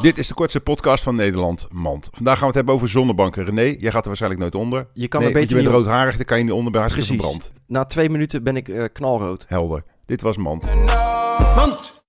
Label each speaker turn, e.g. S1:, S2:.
S1: Dit is de kortste podcast van Nederland, Mand. Vandaag gaan we het hebben over zonnebanken. René, jij gaat er waarschijnlijk nooit onder.
S2: Je kan
S1: nee,
S2: er
S1: want
S2: beter
S1: je bent
S2: niet op.
S1: roodharig, dan kan je niet onder bij hartstikke
S2: Precies.
S1: verbrand.
S2: Na twee minuten ben ik eh, knalrood.
S1: Helder. Dit was Mand.